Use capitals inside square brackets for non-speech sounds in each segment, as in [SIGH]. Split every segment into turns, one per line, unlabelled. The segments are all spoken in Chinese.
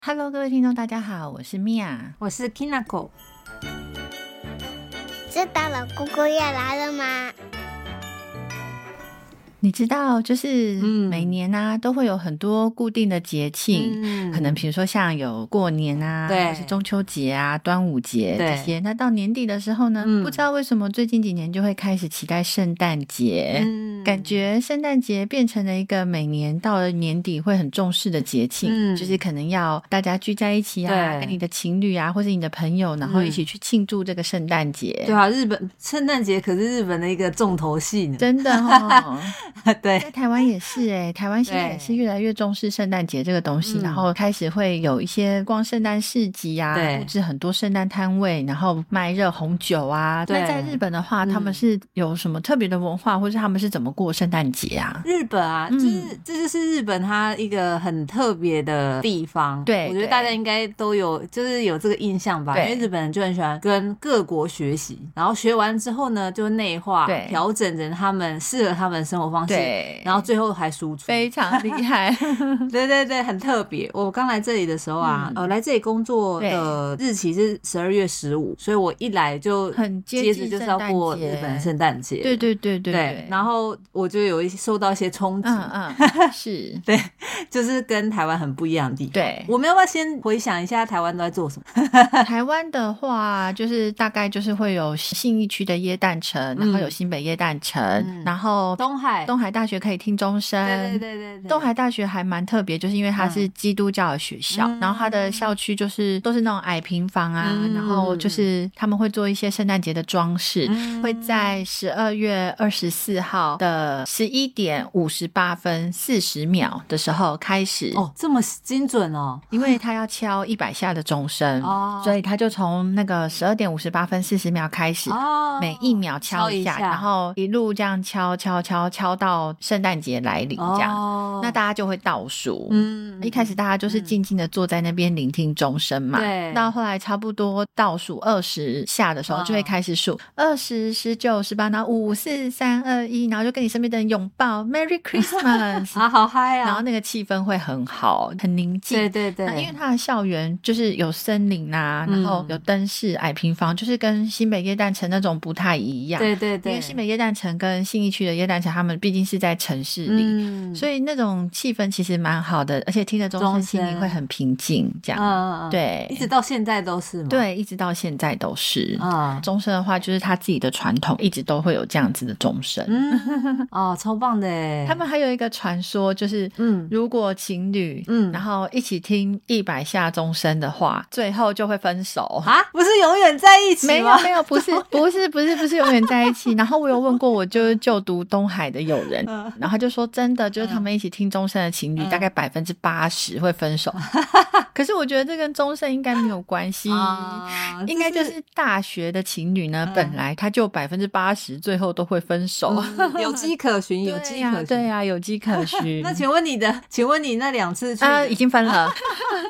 Hello，各位听众，大家好，我是 Mia。
我是 Kinako，
知道老姑姑要来了吗？
你知道，就是
嗯
每年啊，都会有很多固定的节庆，
嗯
可能比如说像有过年啊，
对
或是中秋节啊、端午节
对
这些。那到年底的时候呢，
嗯
不知道为什么最近几年就会开始期待圣诞节。
嗯
感觉圣诞节变成了一个每年到了年底会很重视的节庆，
嗯
就是可能要大家聚在一起啊，
对嗯
跟你的情侣啊，或是你的朋友，然后一起去庆祝这个圣诞节。
对啊，日本圣诞节可是日本的一个重头戏呢。
真的哦，
[LAUGHS] 对
在台湾也是哎、台湾现在也是越来越重视圣诞节这个东西，
嗯
然后开始会有一些逛圣诞市集啊，
对
布置很多圣诞摊位，然后卖热红酒啊。
对
那在日本的话，
嗯
他们是有什么特别的文化，或是他们是怎么过圣诞节啊？
日本啊，
嗯
就是这就是日本它一个很特别的地方。
对
我觉得
对
大家应该都有就是有这个印象吧，因
对
为日本人就很喜欢跟各国学习，然后学完之后呢，就内化
对，
调整成他们适合他们的生活方式，
对，
然后最后还输出。
非常厉
[LAUGHS]
害，
对对对，很特别。我刚来这里的时候啊，
嗯
呃，来这里工作的日期是十二月十五，所以我一来就
很接
接
近
着就是要过日本圣诞节。
对对对对
对
对，
然后我就有一些受到一些冲击，
嗯
[LAUGHS]
嗯是，
就是跟台湾很不一样的地方。
对。
我们要不要先回想一下台湾都在做什么？
台湾的话，就是大概就是会有信义区的耶诞城，然后有新北耶诞城，
嗯
然后
东海，
东海大学可以听钟声。
对对对对对，
东海大学还蛮特别，就是因为它是基督教的学校，
嗯
然后它的校区就是都是那种矮平房啊，
嗯
然后就是他们会做一些圣诞节的装饰，
嗯
会在十二月二十四号的十一点五十八分四十秒的时候开始，
哦这么精准哦，
因为他要敲一百下的钟声，
哦
嗯所以他就从那个十二点五十八分四十秒开始，
哦，
每一秒敲一下，
敲一下
然后一路这样敲敲敲敲到圣诞节来临这样，
哦，
那大家就会倒数。
嗯
一开始大家就是静静的坐在那边聆听钟声嘛，
对
到后来差不多倒数二十下的时候，
嗯
就会开始数二十、十九、十八，然后五、四、三、二、一，然后就跟你身边的人拥抱，Merry
[LAUGHS]
Christmas，
啊好嗨啊，
然后那个气氛会很好，很宁静。
对对对，
那因为它的校园就是有森林啊，
嗯
然后有灯饰、矮平房，就是跟新北耶诞城那种不太一样。
对对对，
因为新北耶诞城跟信义区的耶诞城，他们毕竟是在城市里，
嗯
所以那种气氛其实蛮好的，而且听着钟声
钟
心
声
里会很平静。这样，
嗯嗯嗯，
对
一直到现在都是吗？，
对，一直到现在都是。
啊、
钟声的话，就是他自己的传统，一直都会有这样子的钟声。
嗯， [LAUGHS] 哦，超棒的耶，
他们还有一个传说，就是
嗯
如果情侣
嗯
然后一起听一百下钟声的话，最后就会分手。
啊，不是永远在一起
没有
吗？
没有，不
[LAUGHS]
是不是不是不是永远在一起。然后我有问过，我就是就读东海的友人，
嗯
然后他就说真的，就是他们一起听钟声的情侣，
嗯
大概百分之八十会分
[LAUGHS]
手。可是我觉得这跟钟声应该没有关系。
啊，
应该就是大学的情侣呢，
嗯
本来他就百分之八十最后都会分手， [LAUGHS]
嗯有迹可循，有
对
迹
呀、
可循。
对啊呀、有迹可循。
[LAUGHS] 那请问你的，请问你那两次去的、
啊，已经分了。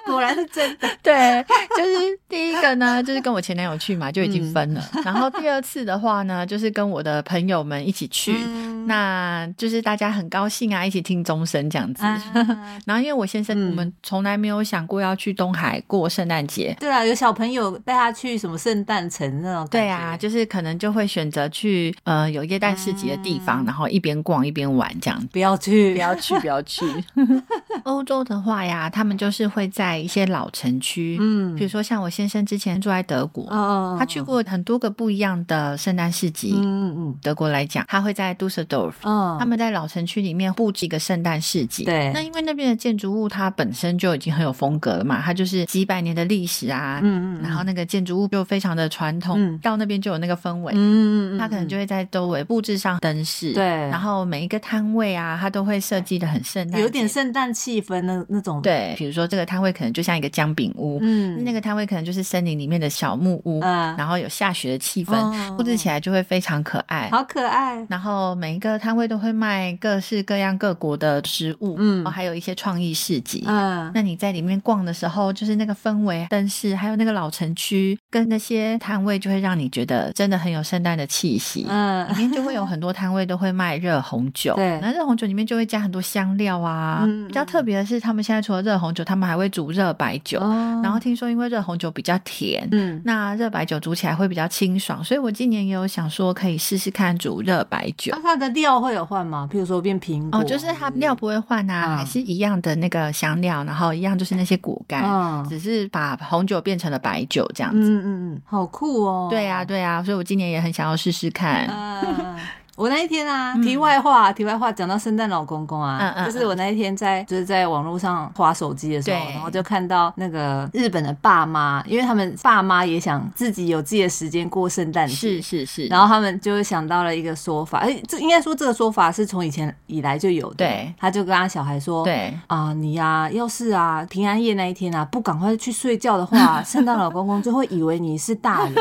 果然是真的，
[LAUGHS] 对，就是第一个呢，就是跟我前男友去嘛，就已经分了。然后第二次的话呢，就是跟我的朋友们一起去，
嗯
那就是大家很高兴啊，一起听钟声这样子。
啊，
[LAUGHS] 然后因为我先生，
嗯
我们从来没有想过要去东海过圣诞节。
对啊，有小朋友带他去什么圣诞城那种，
对啊，，就是可能就会选择去呃有耶诞市集的地方，然后一边逛一边玩这样子。
不要去，
嗯不要去，不要去。 [LAUGHS] 欧洲的话呀，他们就是会在一些老城区，
嗯
比如说像我先生之前住在德国，
哦，
他去过很多个不一样的圣诞市集。
嗯，嗯
德国来讲，他会在 Dusseldorf，、
嗯嗯，
他们在老城区里面布置一个圣诞市集。
对
那因为那边的建筑物它本身就已经很有风格了嘛，它就是几百年的历史啊，
嗯，嗯嗯，
然后那个建筑物就非常的传统，
嗯
到那边就有那个氛围。
嗯，嗯嗯，
他可能就
嗯
会在周围布置上灯饰，
对
然后每一个摊位啊，他都会设计的很圣诞，
有点，圣诞气氛那那种，，
对，比如说这个摊位可能就像一个姜饼屋，
嗯，
那个摊位可能就是森林里面的小木屋，
嗯
然后有下雪的气氛，
哦嗯
布置起来就会非常可爱。
好可爱，
然后每一个摊位都会卖各式各样各国的食物，
嗯
然后还有一些创意市集。
嗯，
那你在里面逛的时候，就是那个氛围、灯饰，还有那个老城区跟那些摊位，就会让你觉得真的很有圣诞的气息。里
嗯
面就会
[LAUGHS]
有很多摊位都会卖热红酒，
对
那热红酒里面就会加很多香料啊。
嗯
比较特别的是，他们现在除了热红酒，他们还会煮热白酒，
[LAUGHS] 哦
然后听说因为热红酒比较甜，
嗯，
那热白酒煮起来会比较清爽，所以我今年也有想说可以试试看煮热白酒。
那它的料会有换吗？譬如说变苹果，
哦，就是它料不会换啊，
嗯
还是一样的那个香料，然后一样就是那些果干，
嗯
只是把红酒变成了白酒这样
嗯
子。
嗯嗯，好酷哦。
对呀、对啊呀、所以我今年也很想要试试看。
嗯，我那一天啊，
嗯
题外话，题外话，讲到圣诞老公公
嗯
啊，
嗯
就是我那一天在就是在网络上划手机的时候，
对
然后就看到那个日本的爸妈，因为他们爸妈也想自己有自己的时间过圣诞节，
是是是，
然后他们就想到了一个说法，哎、这应该说这个说法是从以前以来就有的，
对
他就跟他小孩说，。
对，
啊、你呀、要是啊，平安夜那一天啊，不赶快去睡觉的
[LAUGHS]
话，圣诞老公公就会以为你是大人，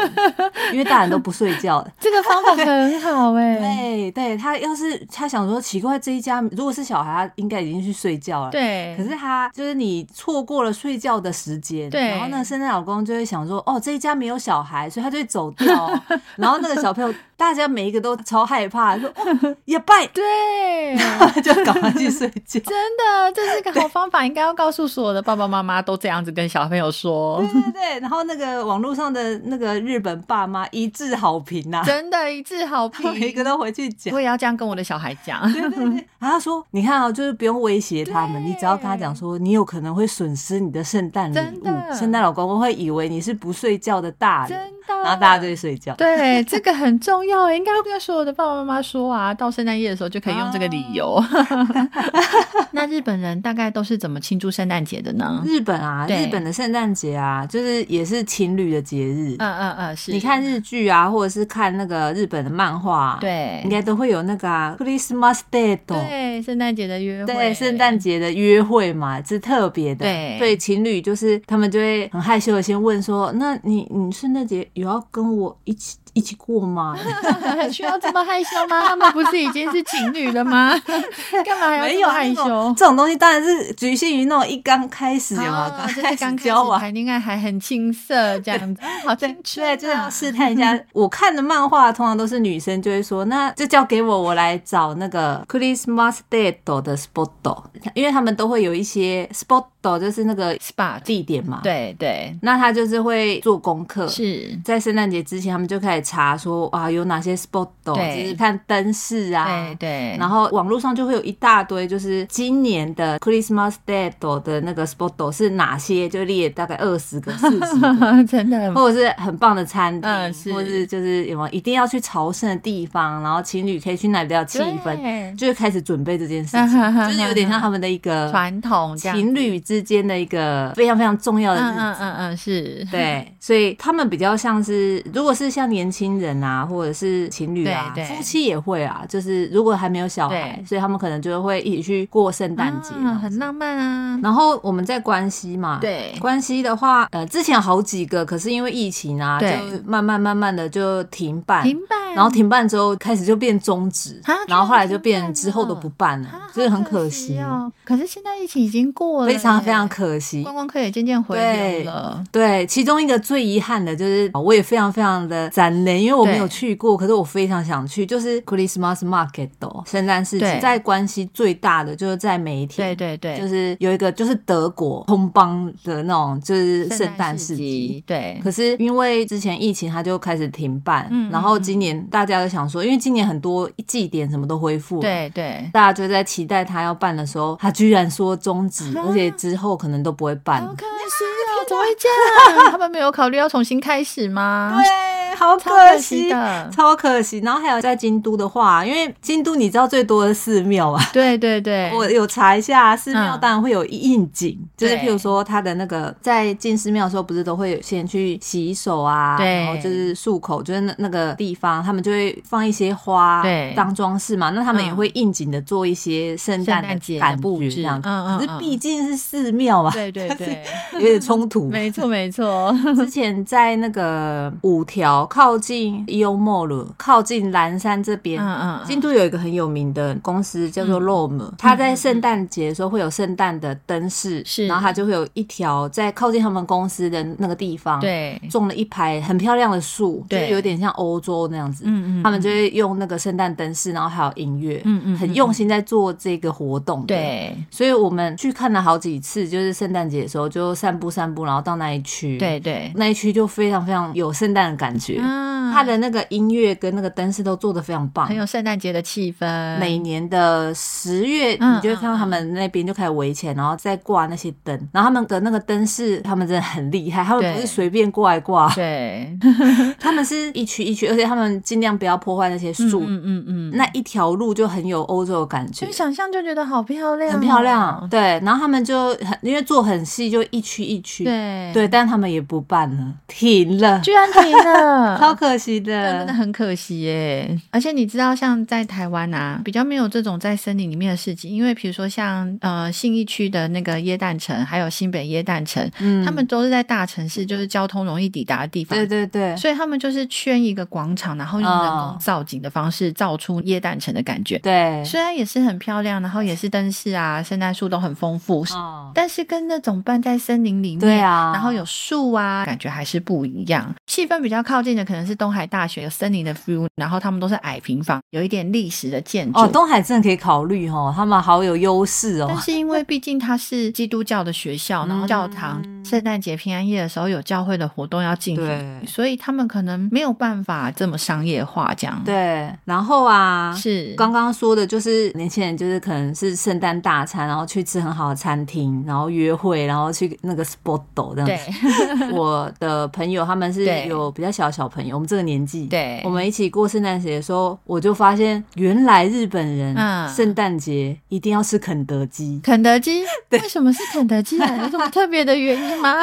因为大人都不睡觉的。
[LAUGHS] 这个方法很好哎、
对对，他要是他想说奇怪，这一家如果是小孩，他应该已经去睡觉了。。
对，
可是他就是你错过了睡觉的时间，
对，
然后那个圣诞老公就会想说，哦，这一家没有小孩，所以他就会走掉哦、然后那个小朋友，大家每一个都超害怕，说哦，也拜
[LAUGHS] 对，
就赶快去睡觉。
真的，这是个好方法，应该要告诉所有的爸爸妈妈都这样子跟小朋友说。
[LAUGHS] 对对对，然后那个网络上的那个日本爸妈一致好评呐、
真的，一致好 [LAUGHS]
他每一
评。
个都回去讲
我。也要这样跟我的小孩
[LAUGHS]
讲。
对对对，然后他说，你看啊、就是不用威胁他们，
对
你只要跟他讲说，你有可能会损失你的圣诞礼
真
物，
的
圣诞老公公会以为你是不睡觉的大
真
人，
的，
然后大家就会睡觉。
对，这个很重要诶，应该要跟所有的爸爸妈妈说啊，到圣诞夜的时候就可以用这个理由。
[LAUGHS]
那日本人大概都是怎么庆祝圣诞节的呢？
日本啊，
对
日本的圣诞节啊，就是也是情侣的节日。
嗯嗯嗯，是。
你看，日剧啊，或者是看那个日本的漫画、啊，，
对
应，该都会有那个啊，Christmas Day，
对，圣诞节的约会，
对，圣诞节的约会嘛，是特别的。
对
所以情侣就是他们就会很害羞的先问说：“那你你圣诞节有要跟我一起一起过
[LAUGHS] [LAUGHS]
吗？”
啊需要这么害羞吗？他们不是已经是情侣了
[LAUGHS]
吗？干嘛还要
没
这
有
么
啊
害
那种
羞？
这种东西当然是局限于那种一刚开始有
啊
吗？刚
就是刚
开始
开始
交往。
谈恋爱还很青涩这样子，好青春啊
对，就是要试探一下。我看的漫画通常都是女生就会说，那就交给我，我来找那个 Christmas Day 的 spot，因为他们都会有一些 spot，就是那个
spot，
地点嘛。，
对对，
那他就是会做功课，
是，
在圣诞节之前，他们就开始查说啊有哪些 spot，哦
对
就是看灯饰啊
对。对，
然后网络上就会有一大堆，就是今年的 Christmas Day 的那个 spot 是哪些，就列大概二十个、四
[LAUGHS]
十个，
真的很
或者是很棒的餐厅，
嗯是
或者是就是有没有一定要去朝圣的地方，然后情侣可以去哪里比较有气氛，
对
就会开始准备这件事
[LAUGHS]
情，就是有点像他们的一个
传统这样
呃情侣之间的一个非常非常重要的日
嗯
子。
嗯嗯嗯，
[LAUGHS]
是，
对，所以他们比较像是，如果是像年轻人啊，或者是情侣啊，
对对
夫妻也会啊，就是如果还没有小孩
对，
所以他们可能就会一起去过圣诞节、
啊很浪漫啊。
然后我们在关西嘛，
对
关西的话，呃，之前有好几个，可是因为疫情啊，就
对
慢慢慢慢的就停办，
停办，
然后停办之后开始就变终止
啊，
然后后来
居
就
然停
变
办
之后都
了
不办了，
啊，
就是
好哦
很可
惜
惜，
哦。可是现在疫情已经过了耶，
非常非常可惜。
观光客也渐渐回
对
流了。
对，其中一个最遗憾的就是，呃我也非常非常的残念，因为我没有
对
去过，可是我非常想去，就是 Christmas Market 哦，圣诞市集
对
在关西最大的就是在梅田，
对对对，
就是有一个就是德国空邦的那种就是圣诞市
市
集。
集，对
可是因为之前疫情，它就开始停办，
嗯
然后今年大家都想说，因为今年很多祭典什么都恢复，，
对对，
大家就在期待它要办的时候，它居然说终止，
啊
而且之后可能都不会办。
好可惜哦，怎么会这样？他们没有考虑要重新开始吗？
啊对，啊好
啊超可
可
惜
惜，
的。
超可惜。然后还有在京都的话，因为京都你知道最多的寺庙啊，
对对对，
[LAUGHS] 我有查一下，寺庙
嗯
当然会有应景，就是
对
譬如说它的那个在进寺庙的时候，不是都会有先去洗手啊，
对
然后就是漱口，就是那那个地方，他们就会放一些花
对
当装饰嘛。那他们
嗯
也会应景的做一些圣
圣
诞
诞节
的
的
感
布
觉
置
这样。
嗯嗯
可是
嗯
毕竟是寺庙嘛，
对对对， [LAUGHS]
有点冲突。 [LAUGHS]
没错没错，
之前在那个五条岛靠近伊欧莫鲁，靠近蓝山这边。
嗯嗯
京都有一个很有名的公司叫做 Rom，、它在圣诞节的时候会有圣诞的灯饰，
是
然后它就会有一条在靠近他们公司的那个地方，
嗯，，对，
种了一排很漂亮的树，就
对
有点像欧洲那样子。
嗯嗯，
他们就会用那个圣诞灯饰，然后还有音乐，
嗯嗯嗯
很用心在做这个活动的。
对
所以我们去看了好几次，就是圣诞节的时候就散步散步，然后到那一区，，
对对，
那一区就非常非常有圣诞的感觉。
嗯
它的那个音乐跟那个灯饰都做得非常棒
很，有嗯圣诞节的气氛，
每年的十月，
嗯
你就会看到他们那边就开始围起来，然后再挂那些灯，然后他们的那个灯饰，他们真的很厉害，他们不
对
是随便挂一挂， [LAUGHS]
对，嗯
他们是一区一区，而且他们尽量不要破坏那些树，
嗯嗯嗯，
那一条路就很有欧洲的感觉
就。想象就觉得好漂亮哦，
很漂亮，对，然后他们就很因为做很细，就一区一区，
对，
对，但他们也不办了，停了，
居
[LAUGHS]
然停了，
超可惜
那真的
的。
很可惜耶。而且你知道，像在台湾啊，比较没有这种在森林里面的市集，因为比如说像呃信义区的那个耶诞城，还有新北耶诞城，
嗯
他们都是在大城市，就是交通容易抵达的地方。
对对对，
所以他们就是圈一个广场，然后用人
哦
工造景的方式造出耶诞城的感觉。
对，
虽然也是很漂亮，然后也是灯饰啊、圣诞树都很丰富，
哦，
但是跟那种办在森林里面，
对啊
然后有树啊，感觉还是不一样。气氛比较靠近的可能是东海大学有森林的 view，然后他们都是矮平房，有一点历史的建筑。
哦，东海镇可以考虑哦，他们好有优势哦
但。是因为毕竟它是基督教的学校，然后教堂
嗯
圣诞节、平安夜的时候有教会的活动要进
对
行，所以他们可能没有办法这么商业化这样。，
对，然后啊，
是
刚刚说的就是年轻人，就是可能是圣诞大餐，然后去吃很好的餐厅，然后约会，然后去那个 spot 这样
对
子。 [LAUGHS] 我的朋友他们是
对
有比较小的小朋友，我们这个年纪，
对
我们一起过圣诞节的时候，我就发现原来日本人
嗯
圣诞节一定要吃肯德基
[LAUGHS] ，肯德基，为什么是肯德基啊？有什么特别的原因
[LAUGHS]
吗？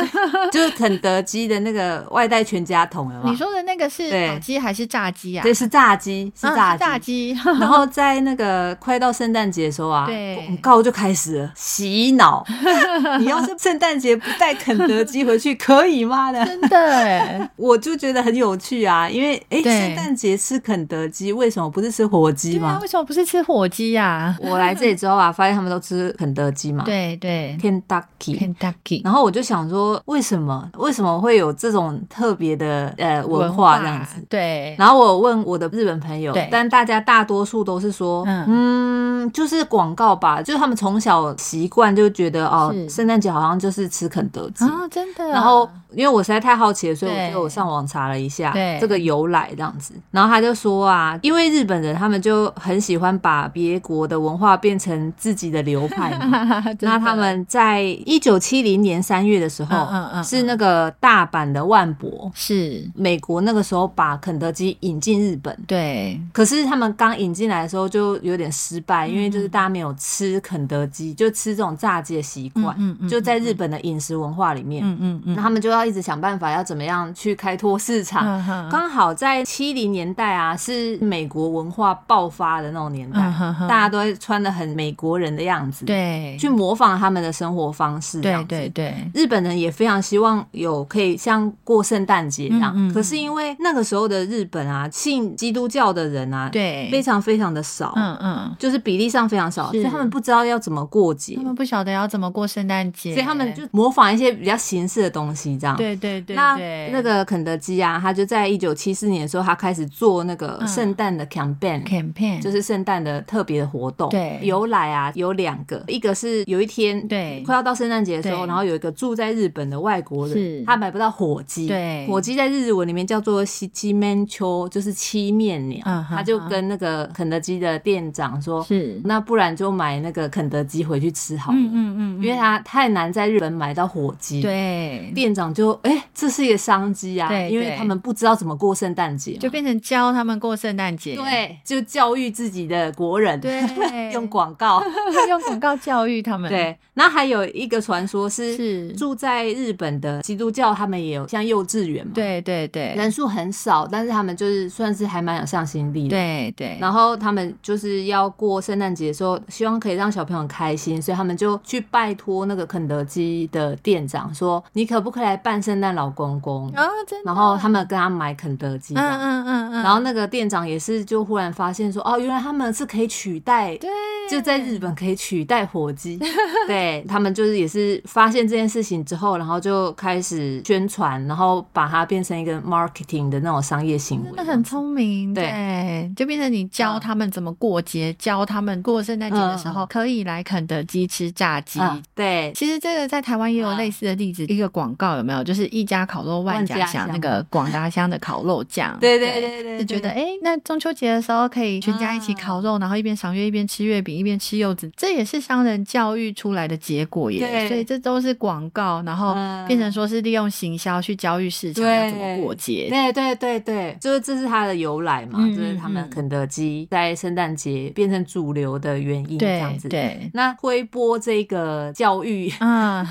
就是肯德基的那个外带全家桶了嘛
你。说的那个是
对
烤鸡还是炸鸡啊？
这是炸鸡，是
嗯
炸鸡，
炸鸡，
然后在那个快到圣诞节的时候啊，
对
广告就开始了洗脑。 [LAUGHS] 你要是圣诞节不带肯德基回去，可以吗？的，
真的
[LAUGHS]
哎，
我就觉得很有趣啊，因为哎，
对
圣诞节吃肯德基，为什么不是吃火鸡
对啊，
吗？
为什么不是吃火鸡呀、
我来这里之后啊，发现他们都吃肯德基嘛，
对对
，Kentucky。
，Kentucky
然后我就想说，为什么为什么会有这种特别的呃文化这样子？，
对，
然后我问我的日本朋友
对，
但大家大多数都是说，嗯就是广告吧，就是他们从小习惯就觉得哦，
是
圣诞节好像就是吃肯德基。
啊，真的，
然后，因为我实在太好奇了，所以我
对
就上网查了一下
对
这个由来这样子。然后他就说啊，因为日本人他们就很喜欢把别国的文化变成自己的流派嘛，
[LAUGHS] 啊
那他们在一九七零年三月的时候，
嗯嗯嗯嗯
是那个大阪的万博，
是
美国那个时候把肯德基引进日本，
对
可是他们刚引进来的时候就有点失败，
嗯
因为就是大家没有吃肯德基，就吃这种炸鸡的习惯，
嗯嗯嗯
就在日本的饮食文化里面，
嗯嗯嗯，
那他们就要一直想办法要怎么样去开拓市场。
嗯哼
刚好在七零年代啊，是美国文化爆发的那种年代，
嗯哼哼
大家都会穿的很美国人的样子，，
对
去模仿他们的生活方式，
对对。对
日本人也非常希望有可以像过圣诞节一样，
嗯嗯嗯
可是因为那个时候的日本啊，信基督教的人啊，
对，
非常非常的少，
嗯嗯，
就是比例上非常少，所
是
以他们不知道要怎么过节
他，们不晓得要怎么过圣诞节，
所以他们就模仿一些比较形式的东西，这样。
对对对，
那
对
那个肯德基啊，他就在一九七四年的时候，他开始做那个
嗯
圣诞的 campaign，、
campaign
就是圣诞的特别的活动。
对
由来啊有两个，一个是有一天
对
快要到圣诞节的时候，
对
然后有一个住在日本的外国人
是，
他买不到火鸡，
对
火鸡在日文里面叫做西七面秋，就是七面鸟，
嗯哼
他就跟那个肯德基的店长说，
是，
那不然就买那个肯德基回去吃好了，
嗯嗯嗯，
因为他太难在日本买到火鸡，。
对。
店长就哎、这是一个商机啊，
对
因为
对
他们不知道怎么过圣诞节嘛，
就变成教他们过圣诞节，
对，就教育自己的国人，
对
[LAUGHS] 用广
[LAUGHS]
告。
[LAUGHS] 用广告教育他们，
对，那还有一个传说是
是
住在日本的基督教，他们也有像幼稚园嘛，，
对对对，
人数很少，但是他们就是算是还蛮有向心力的。
对对，
然后他们就是要过圣诞节的时候，希望可以让小朋友很开心，所以他们就去拜托那个肯德基的店长说：“你可不可以来扮圣诞老公公
啊，真？”的。
然后他们跟他买肯德基这
嗯，
样，
嗯嗯嗯嗯，
然后那个店长也是就忽然发现说：“哦，原来他们是可以取代，
对，
就在日本可以取代
[LAUGHS]
火鸡。”对他们就是也是发现这件事情之后，然后就开始宣传，然后把它变成一个 marketing 的那种商业行为
真的。很聪明，
对
对，就变成你教他们怎么过节，教他们过圣诞节的时候、可以来肯德基吃炸鸡。
嗯啊，对，
其实这个在台湾也有
嗯
类似的例子，一个广告有没有？就是一家烤肉万家
万家
香，
香
那个广达香的烤肉酱，
对对对对，
就觉得
对
哎、诶那中秋节的时候可以全家一起烤肉，然后一边赏月一边吃月饼一边吃柚子，这也是商人教育出来的结果耶。
对
所以这都是广告，然后
嗯
哦变成说是利用行销去教育市场
对
要怎么过节。
对对对对，就是这是它的由来嘛，
嗯
就是他
嗯
们
嗯
肯德基在圣诞节变成主流的原因，这样
对
子。，
对，
那推波这个教育
[LAUGHS] 啊，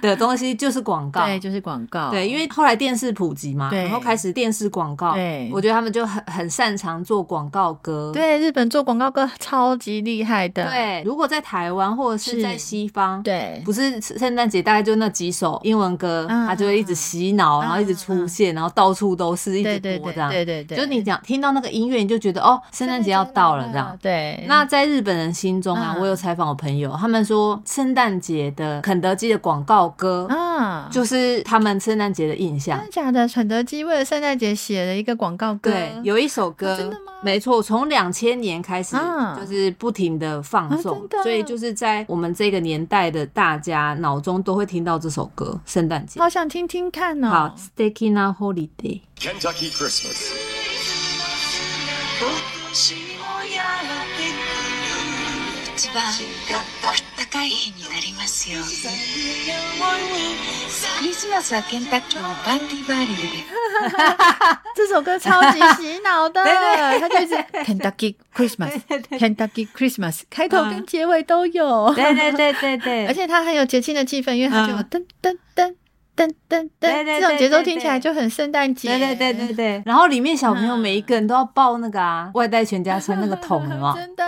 的东西就是广告，
对，就是广告。
对，因为后来电视普及嘛，
哦对
然后开始电视广告，
对
我觉得他们就很很擅长做广告歌，。
对日本做广告歌超级厉害的。
对，如果在台湾或者是在
是
西方，
对
不是圣诞节大概就那几首英文歌，
嗯
它就会一直洗脑，
嗯
然后一直出现，然后到处都是，一
对
直
对
播
对
这样。
对对对，
就你讲听到那个音乐，你就觉得哦，圣诞节要到了这样。
对，
那在日本人心中啊，
嗯
我有采访我朋友，他们说圣诞节的肯德基的广告歌，
啊，
就是他们圣诞节的印象
真。的假的？肯德基为了圣诞节写了一个广告歌，
对，有一首歌，
啊真的吗
没错，从两千年开始、
啊
就是不停的放
啊
送
真、的
所以就是在我们这个年代的大家脑中都会听到这首歌，圣诞节。
好想听听看哦
好。，Sticky na Holiday，
Kentucky Christmas.
私もやられる一番暖かい日になりますようにクリスマスはケンタッキーのバンディバーリルで
这首歌超级洗脑
[LAUGHS]
的，它就是 Kentucky Christmas，Kentucky Christmas，开头跟结尾都有，
嗯对对对对对，
而且它很有节庆的气氛，因为它就有
嗯
噔噔噔噔噔
对
噔，这
对
种节奏
对对
听起来
对
就很圣诞节。
对对对对对，然后里面小朋友每一个人都要抱那个啊，外带全家餐那个桶的嘛。
真的，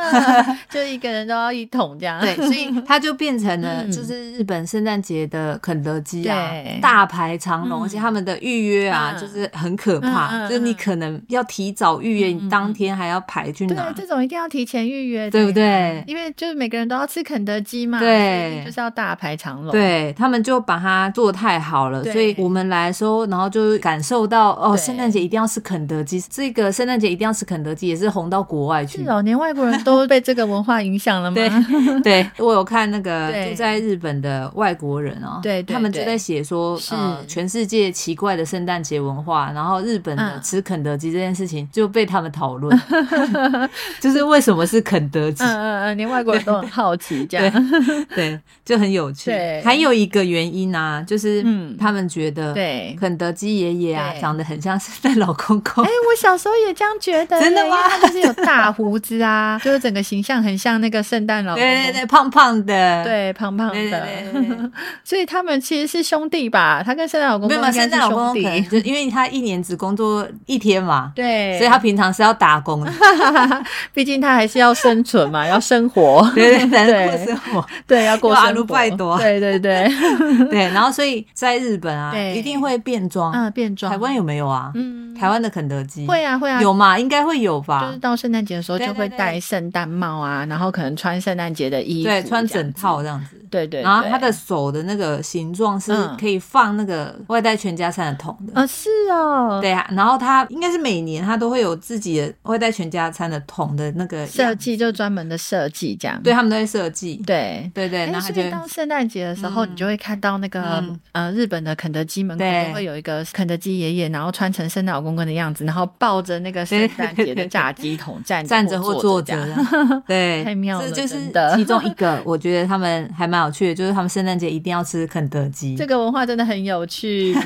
就一个人都要一桶这样。
对，所以它就变成了
嗯
就是日本圣诞节的肯德基啊
对，
大排长
嗯
龙，而且他们的预约啊
嗯
就是很可怕，
嗯嗯
就是你可能要提早预约，
嗯嗯
你当天还要排去
对
拿，，
这种一定要提前预约的，
对不对？
因为就是每个人都要吃肯德基嘛，
对
所以一定就是要大排长龙。
对他们就把它做得太好了，
对
所以我们来的时候，然后就感受到哦，
对
圣诞节一定要吃肯德基，这个圣诞节一定要吃肯德基，也是红到国外去
是。哦，连外国人都被这个文化影响了吗？
对对， [LAUGHS] 我有看那个
对
住在日本的外国人哦，
对对
他们就
对
在写说，
是
呃，全世界奇怪的圣诞节文化，然后日本的
嗯
吃肯德基这件事情就被他们讨
[LAUGHS]
论，就是为什么是肯德基
嗯，？嗯嗯，连外国人都很好奇这
对
样。
对，就很有趣
对。
还有一个原因啊，就是
嗯
他们觉得
对
肯德基爷爷啊
对
长得很像圣诞老公公
哎，，我小时候也这样觉得耶，
真的吗
因为他就是有大胡子啊， [LAUGHS] 就是整个形象很像那个圣诞老公公
对对对，胖胖的，
对胖胖
对对
的
对。对对。
所以他们其实是兄弟吧？他跟圣诞老公
没
公
有，没有
应该
圣
是
诞老公
兄
公可能
弟。
就因为他一年只工作一天嘛，
对，
所以他平常是要打工的，
[LAUGHS] 毕竟他还是要生存嘛，要生活，
对对对，过
对
生活，
对，要过生
要
活
阿鲁拜多
对对
[LAUGHS]
对，
对，然后所以在日本啊，
对
一定会变装，
嗯，变装，
台湾有没有啊？
嗯，
台湾的肯德基
会啊会啊，
有嘛？应该会
就
有吧
是？到圣诞节的时候
对
就会
对对
戴圣诞帽啊，然后可能穿圣诞节的衣服，
对，穿
这样
整
子，
套这样子。
对对，
然后他
对
的手的那个形状是
嗯
可以放那个外带全家餐的桶的，
啊是哦，
对啊。然后他应该是每年他都会有自己的外带全家餐的桶的那个
设
样
计就专门的设计这样，
对他们都会设计，
对。
对对，
哎
然后他
所
就
以到圣诞节的时候，
嗯
你就会看到那个、
嗯
呃日本的肯德基门口
对
都会有一个肯德基爷爷，然后穿成圣诞老公公的样子，然后抱着那
[LAUGHS]
个圣
对
诞
对
节的
对对
炸鸡桶站
站着或
坐
坐
这
着
样
这样，对，
太妙了
这就是
真的
其中一个，我觉得他们还蛮有趣的，就是他们圣诞节一定要吃肯德
[LAUGHS]
基。
这个文化真的很有
[LAUGHS]
趣。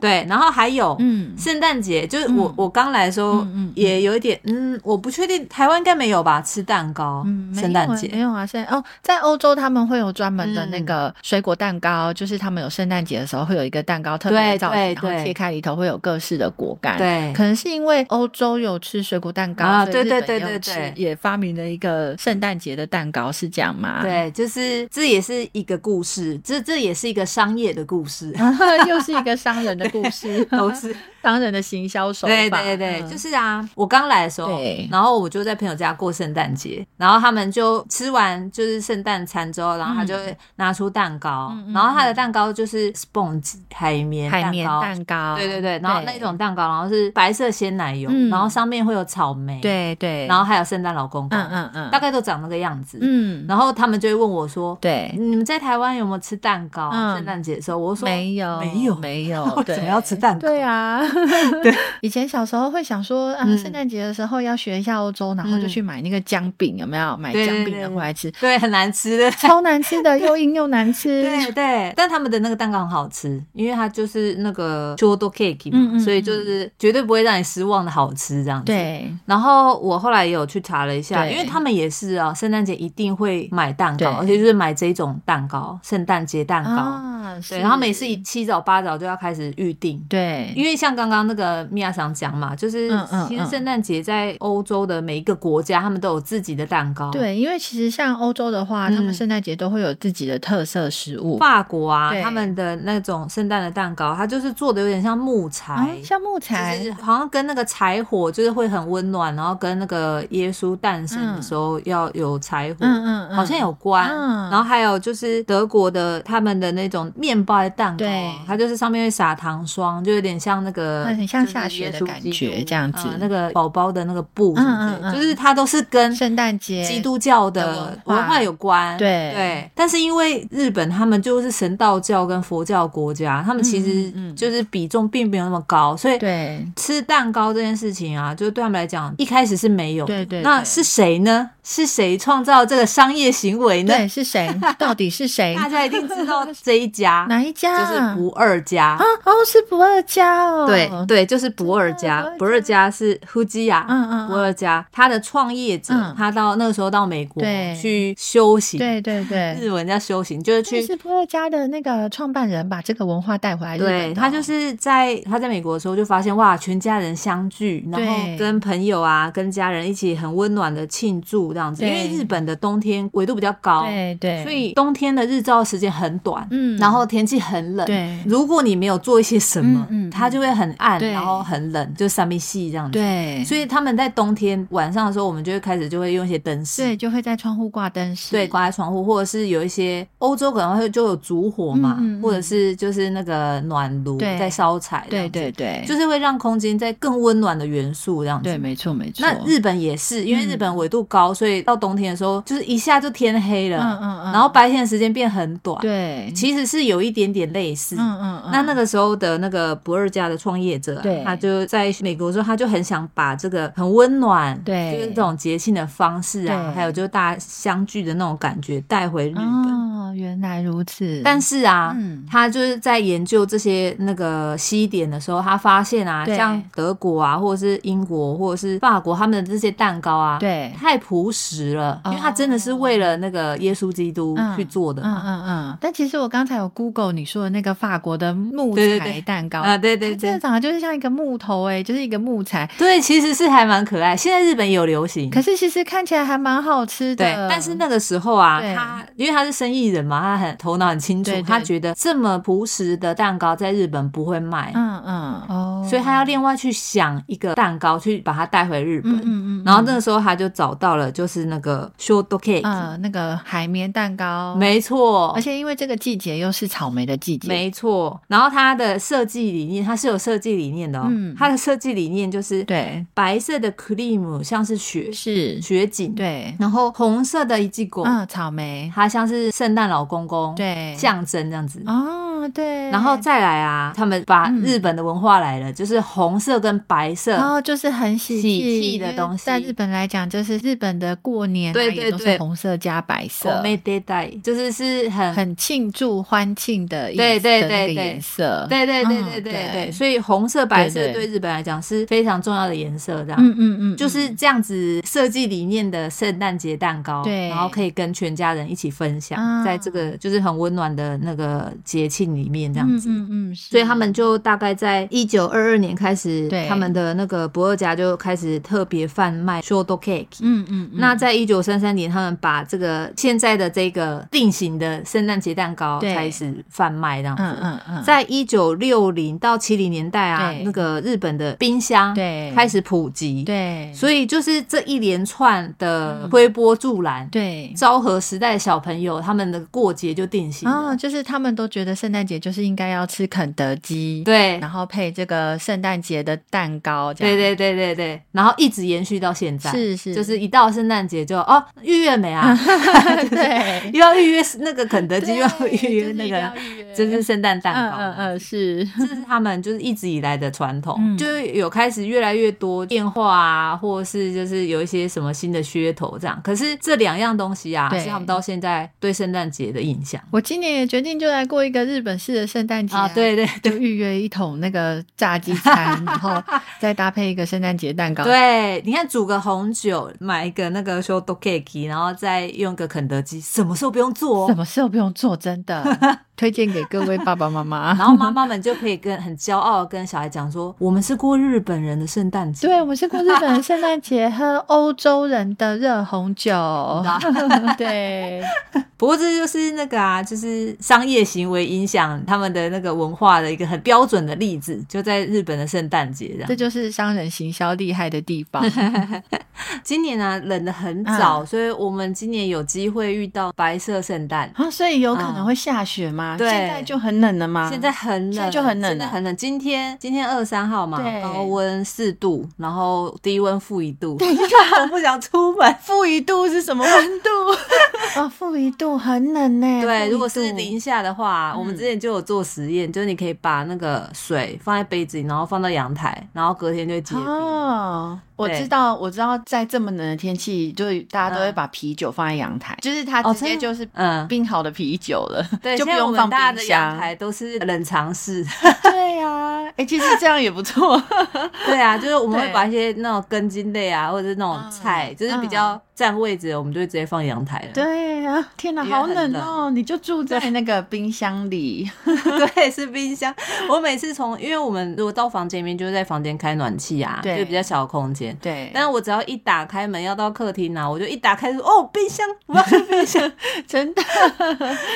对，然后还有，
嗯
圣诞节就是我、
嗯
我刚来的时候
嗯嗯嗯
也有一点，嗯，我不确定台湾应该没有吧，吃蛋糕，
嗯，没
哦圣诞
有啊没
节。
有啊，现在哦，在欧洲他们会有专门的那
嗯
个水果蛋糕，就是他们有圣诞节的时候会有一个蛋糕特别
对
的造型，
对
然后
对
切开里头会有各式的果干。，
对
可能是因为欧洲有吃水果蛋糕
啊
所以
对
日
对
本
对
也有
对
吃
对
也发明了一个圣诞节的蛋糕，是这样吗？。
对，就是这也是一个故事，这这也是一个商业的故事，
[LAUGHS] [LAUGHS] 又是一个商人的故事，
[LAUGHS] 都是
[LAUGHS] 商人的行销手法。
对对对，
嗯
就是啊，我刚来的时候
对，
然后我就在朋友家过圣诞节，然后他们就吃完就是圣诞餐之后，然后他就会拿出蛋糕，
嗯嗯嗯
然后他的蛋糕就是 sponge 海绵
海绵
糕。
蛋糕，
对对对，然后那种蛋糕，然后是白色鲜奶油，
嗯
然后上面会有草莓，，
对对，
然后还有圣诞老公公，
嗯嗯嗯，
大概都长那个样子。
嗯，
然后他们就会问我说：“，
对，
你们在台湾有没有吃蛋糕？
嗯
圣诞节的时候？”我就说：“
没有
没有，
没
[LAUGHS] 为
有，
什
对，
么要吃蛋糕？”
对啊，
[LAUGHS]
对，以前小时候会想说，啊，
嗯
圣诞节的时候要学一下欧洲，然后就
嗯
去买那个姜饼，有没有？买
对
姜
对
饼
对
的
对
回来吃，
对，很难吃的。
超难吃
[LAUGHS]
的，又硬又难吃。
对对，但他们的那个蛋糕很好吃，因为它就是那个 c h o d o cake 嘛，
嗯嗯
所以就是绝对不会让你失望的好吃这样子。。
对
然后我后来也有去查了一下，
对
因为他们也是啊，圣诞节一定会买蛋
对
糕，而且就是买这种蛋糕，圣诞节蛋糕。
啊，
对，然后每次一七早八早就要开始预定。
对，
因为像刚刚那个米娅想讲嘛，就是
嗯嗯
其实
嗯
圣诞节在欧洲的每一个国家，他们都有自己的蛋糕。，
对，因为其实像欧洲的话，他们
嗯
圣诞节都会有自己的特色食物，
法国啊
对，
他们的那种圣诞的蛋糕，它就是做的有点像木材，
啊，像木材
就是好像跟那个柴火就是会很温暖，然后跟那个耶稣诞生的时候要有柴火，
嗯嗯嗯
好像有关。
嗯
然后还有就是德国的他们的那种面包的蛋糕
对，
它就是上面会撒糖霜，就有点像那个
嗯很像
就是
下雪的
耶稣
感
基督
觉这样子
呃那个宝宝的那个布什么之类
嗯
的，
嗯嗯
就是它都是跟
圣诞节
基督教
的
的
文化
文化有关，
对
对。但是因为日本他们就是神道教跟佛教国家，他们
嗯
其
嗯
实
嗯
就是比重并没有那么高，所以
对
吃蛋糕这件事情啊，就对他们来讲一开始是没有的。
对对
那
对
是谁呢？是谁创造这个商业行为呢？
对是谁？到底是谁？
[LAUGHS] 大家一定
[LAUGHS]
知道这一家
哪一家？
就是不二家
啊。哦，是不二家哦，
对对，就是不二家
真的。
不二家是呼吉亚，
嗯嗯嗯
不二家他的创业者
嗯，
他到那个时候到美国
对
去修行，
对对对，
日文叫修行，就是
这
去
是不二家的那个创办人把这个文化带回来日本的哦、
对他就是在他在美国的时候就发现哇，全家人相聚，然
对
后跟朋友啊、跟家人一起很温暖的庆祝这样子。
对
因为日本的冬天纬度比较高，
对对，
哦所以冬天的日照时间很短，
嗯
然后天气很冷。
对
如果你没有做一些什么，
嗯嗯嗯
它就会很暗，
对
然后很冷，就三米系这样子。，
对，
所以他们在冬天晚上的时候，我们就会开始就会用一些灯饰，
对就会在窗户挂灯饰，
对，挂在窗户，或者是有一些欧洲可能会就有烛火嘛，
嗯嗯嗯
或者是就是那个暖炉
对
在烧柴，
对，对对，
就是会让空间在更温暖的元素这样子。
对，没错没错。
那日本也是，因为
嗯
日本纬度高，所以到冬天的时候，就是一下就天黑了，
嗯嗯嗯
然后白天的时间变很短，，
对，
其实是有一点点类似，
嗯嗯嗯，
那那个时候的那个不二家的创业者啊、
对
他就在美国的时候，他就很想把这个很温暖，
对
就是这种节庆的方式啊
对，
还有就是大家相聚的那种感觉带回日本。
哦，原来如此，
但是啊，
嗯
他就是在研究这些那个西点的时候，他发现啊，
对
像德国啊，或者是英国，或者是法国，他们的这些蛋糕啊，
对，哦
太朴实了，因为他真的是为了那个耶稣基督
嗯
去做的
嗯
嘛。
嗯嗯。但其实我刚才有 Google 你说的那个法国的木
对对
材
对
蛋糕
啊，对对
它真
对
的，长得就是像一个木头哎、就是一个木材，
对，其实是还蛮可爱。现在日本也有流行，
可是其实看起来还蛮好吃的。
对，但是那个时候啊
对，
他因为他是生意人嘛，他很头脑很清楚
对对，
他觉得这么朴实的蛋糕在日本不会卖，
嗯嗯哦，
所以他要另外去想一个蛋糕去把它带回日本。
嗯嗯嗯，
然后那个时候他就找到了，就是那个 short cake，、
呃，那个海绵蛋糕，
没错，
哦而且因为这个季节又是草莓的季节，
没错。然后它的设计理念，它是有设计理念的哦。
嗯
它的设计理念就是
对，
白色的 cream 像是雪
是，
雪景，，
对，
然后红色的一季果，
嗯，草莓，
它像是圣诞老公公，
对
象征这样子。
哦，对，
然后再来啊，他们把
嗯哦
日本的文化来了，就是红色跟白色，
然后就是很喜
喜气
因
的
为
东西
代在日本来讲，就是日本的过年、啊、
对对
也都是
对
红色加白色，
没 d a 就是是很
很庆祝欢庆的意思
对对
的那
对
个
对
颜色。
对对对
嗯
对对
对
对，所以红色、白色
对对
对日本来讲是非常重要的颜色，这样。
嗯嗯嗯，
啊就是这样子设计理念的圣诞节蛋糕，
对
然后可以跟全家人一起分享，
啊
在这个就是很温暖的那个节庆里面这
这
样子。
嗯嗯嗯，是
所以他们就大概在一九二二年开始
对，
他们的那个不二家就开始特别贩卖 short cake。
嗯嗯，嗯
那在一九三三年，他们把这个现在的这个定型的圣诞节蛋糕
对
开始贩卖，这样子。
嗯嗯嗯，
在一九六零到七零年代啊
对，
那个日本的冰箱
对
开始普及，，
对，
所以就是这一连串的
嗯
推波助澜，
对。
昭和时代的小朋友他们的过节就定型了，
哦，就是他们都觉得圣诞节就是应该要吃肯德基，，
对
然，后配这个圣诞节的蛋糕，这样
对对对对对，然后一直延续到现在，
是是
就是一到圣诞节就哦预约没啊，
[LAUGHS]
[LAUGHS]
对
又要预约那个肯德基，又要
对
预约
就是
那
一定
个
要预约，
就是圣诞蛋糕，
嗯嗯嗯，是，
这是他们就是一直以来的传统，
嗯
就是有开始越来越多变化啊，或者是就是有一些什么新的噱头这样。可是这两样东西啊，
对
是他们到现在对圣诞节的印象
我今年也决定就来过一个日本式的圣诞节
啊，对对
就
对。
预约一桶那个炸鸡
[LAUGHS]
餐，然后再搭配一个圣诞节蛋糕。
对，你看煮个红酒，买一个那个 short cake，然后再用个肯德基，什么时候不用做
什
哦？
么事都不用做，真
[LAUGHS]
的推荐给各位爸爸妈妈。
然后妈妈们就可以跟很骄傲的跟小孩讲说，我们是过日本人的圣诞节。
对，我们是过日本的圣诞节，喝欧洲人的热红
[LAUGHS]
酒。 [LAUGHS] 对，
不过这就是那个啊，就是商业行为影响他们的那个文化的一个很标准的例子，就在日本的圣诞节这
这
样。
就是商人行销厉害的地
[LAUGHS]
方。
今年啊冷得很早，
嗯
所以我们今年有机会遇到白色圣诞。
啊，所以有可能会下雪吗？
嗯对
现在就很冷了吗？[LAUGHS]
现在很
嗯
冷，
现在就很冷
现在
了
很冷。今天今天二三号嘛
对，
高温四度，然后低温负一度。对呀， [LAUGHS] 我不想出门。
负一度是什么温 [LAUGHS] 度？啊，负一度很冷呢。负
对，
一
如果是
度
零下的话，我们
嗯
之前就有做实验，就是你可以把那个水放在杯子里，然后放到阳台，然后隔天就会结冰。
哦，我
对嗯
知道，我知道，在这么冷的天气，就是大家都会把啤酒放在阳台，就是它
哦
直接
真的
就是
嗯
冰好的啤酒了，
对，
[LAUGHS] 就不
现在我
用
们
放
大家
冰
的阳
箱。
台都是冷藏室。
[LAUGHS] 对呀，哎，其实这样也不错。
[LAUGHS] 对啊，就是我们会
对
把一些那种根茎类啊，或者是那种菜，就是比较占位置的，我们就会直接放阳台了。
[LAUGHS] 对呀，天哪，
因为
好
很
冷哦！你就住在那个冰箱里，
[LAUGHS] 对，是冰箱。我每次从，因为我们如果到房间里面，就是在房间开暖气啊，就
对
比较小的空间。
对，
但是我只要一打开门要到客厅啊，我就一打开说哦冰箱，我 [LAUGHS] 要去冰箱，
真 [LAUGHS] 的，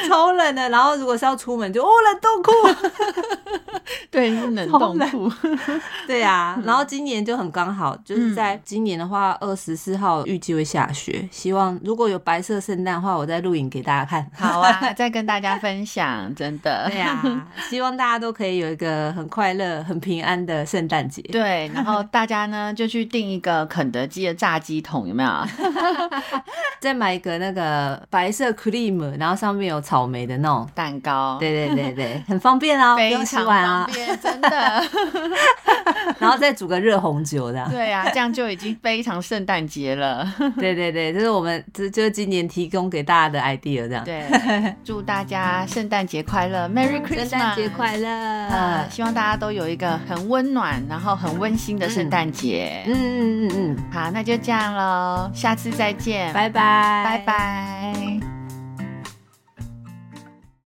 超冷的。然后如果是要出门就哦冷冻库，
对，是冷冻库， [LAUGHS]
[LAUGHS] 对
嗯
啊。然后今年就很刚好，就是在今年的话，二十四号预计会下雪，希望如果有白色圣诞的话，我再录影给大家看。
好啊，再跟大家分享，真的，
对啊， [LAUGHS] 希望大家都可以有一个很快乐、很平安的圣诞节。
对，然后大家呢就去订一个肯德基的炸鸡桶，有没 [LAUGHS] 有？
再买一个那个白色 cream，然后上面有草莓的那种。
蛋糕，
对对对
[LAUGHS]
对，很方便哦，不
非
用洗
常
碗啊
方，便，真 [LAUGHS] 的。
然后再煮个热红酒这
[LAUGHS]
样。
对啊，这样就已经非常圣诞节了。
对对对，这是我们这就是今年提供给大家的 idea 这样。，
对， [LAUGHS] 祝大家圣诞节快乐，Merry Christmas！
[LAUGHS] 圣诞节快乐！
呃！希望大家都有一个很温暖，然后很温馨的圣诞节。
嗯嗯嗯嗯，
好，那就这样喽，下次再见，
拜拜，
拜拜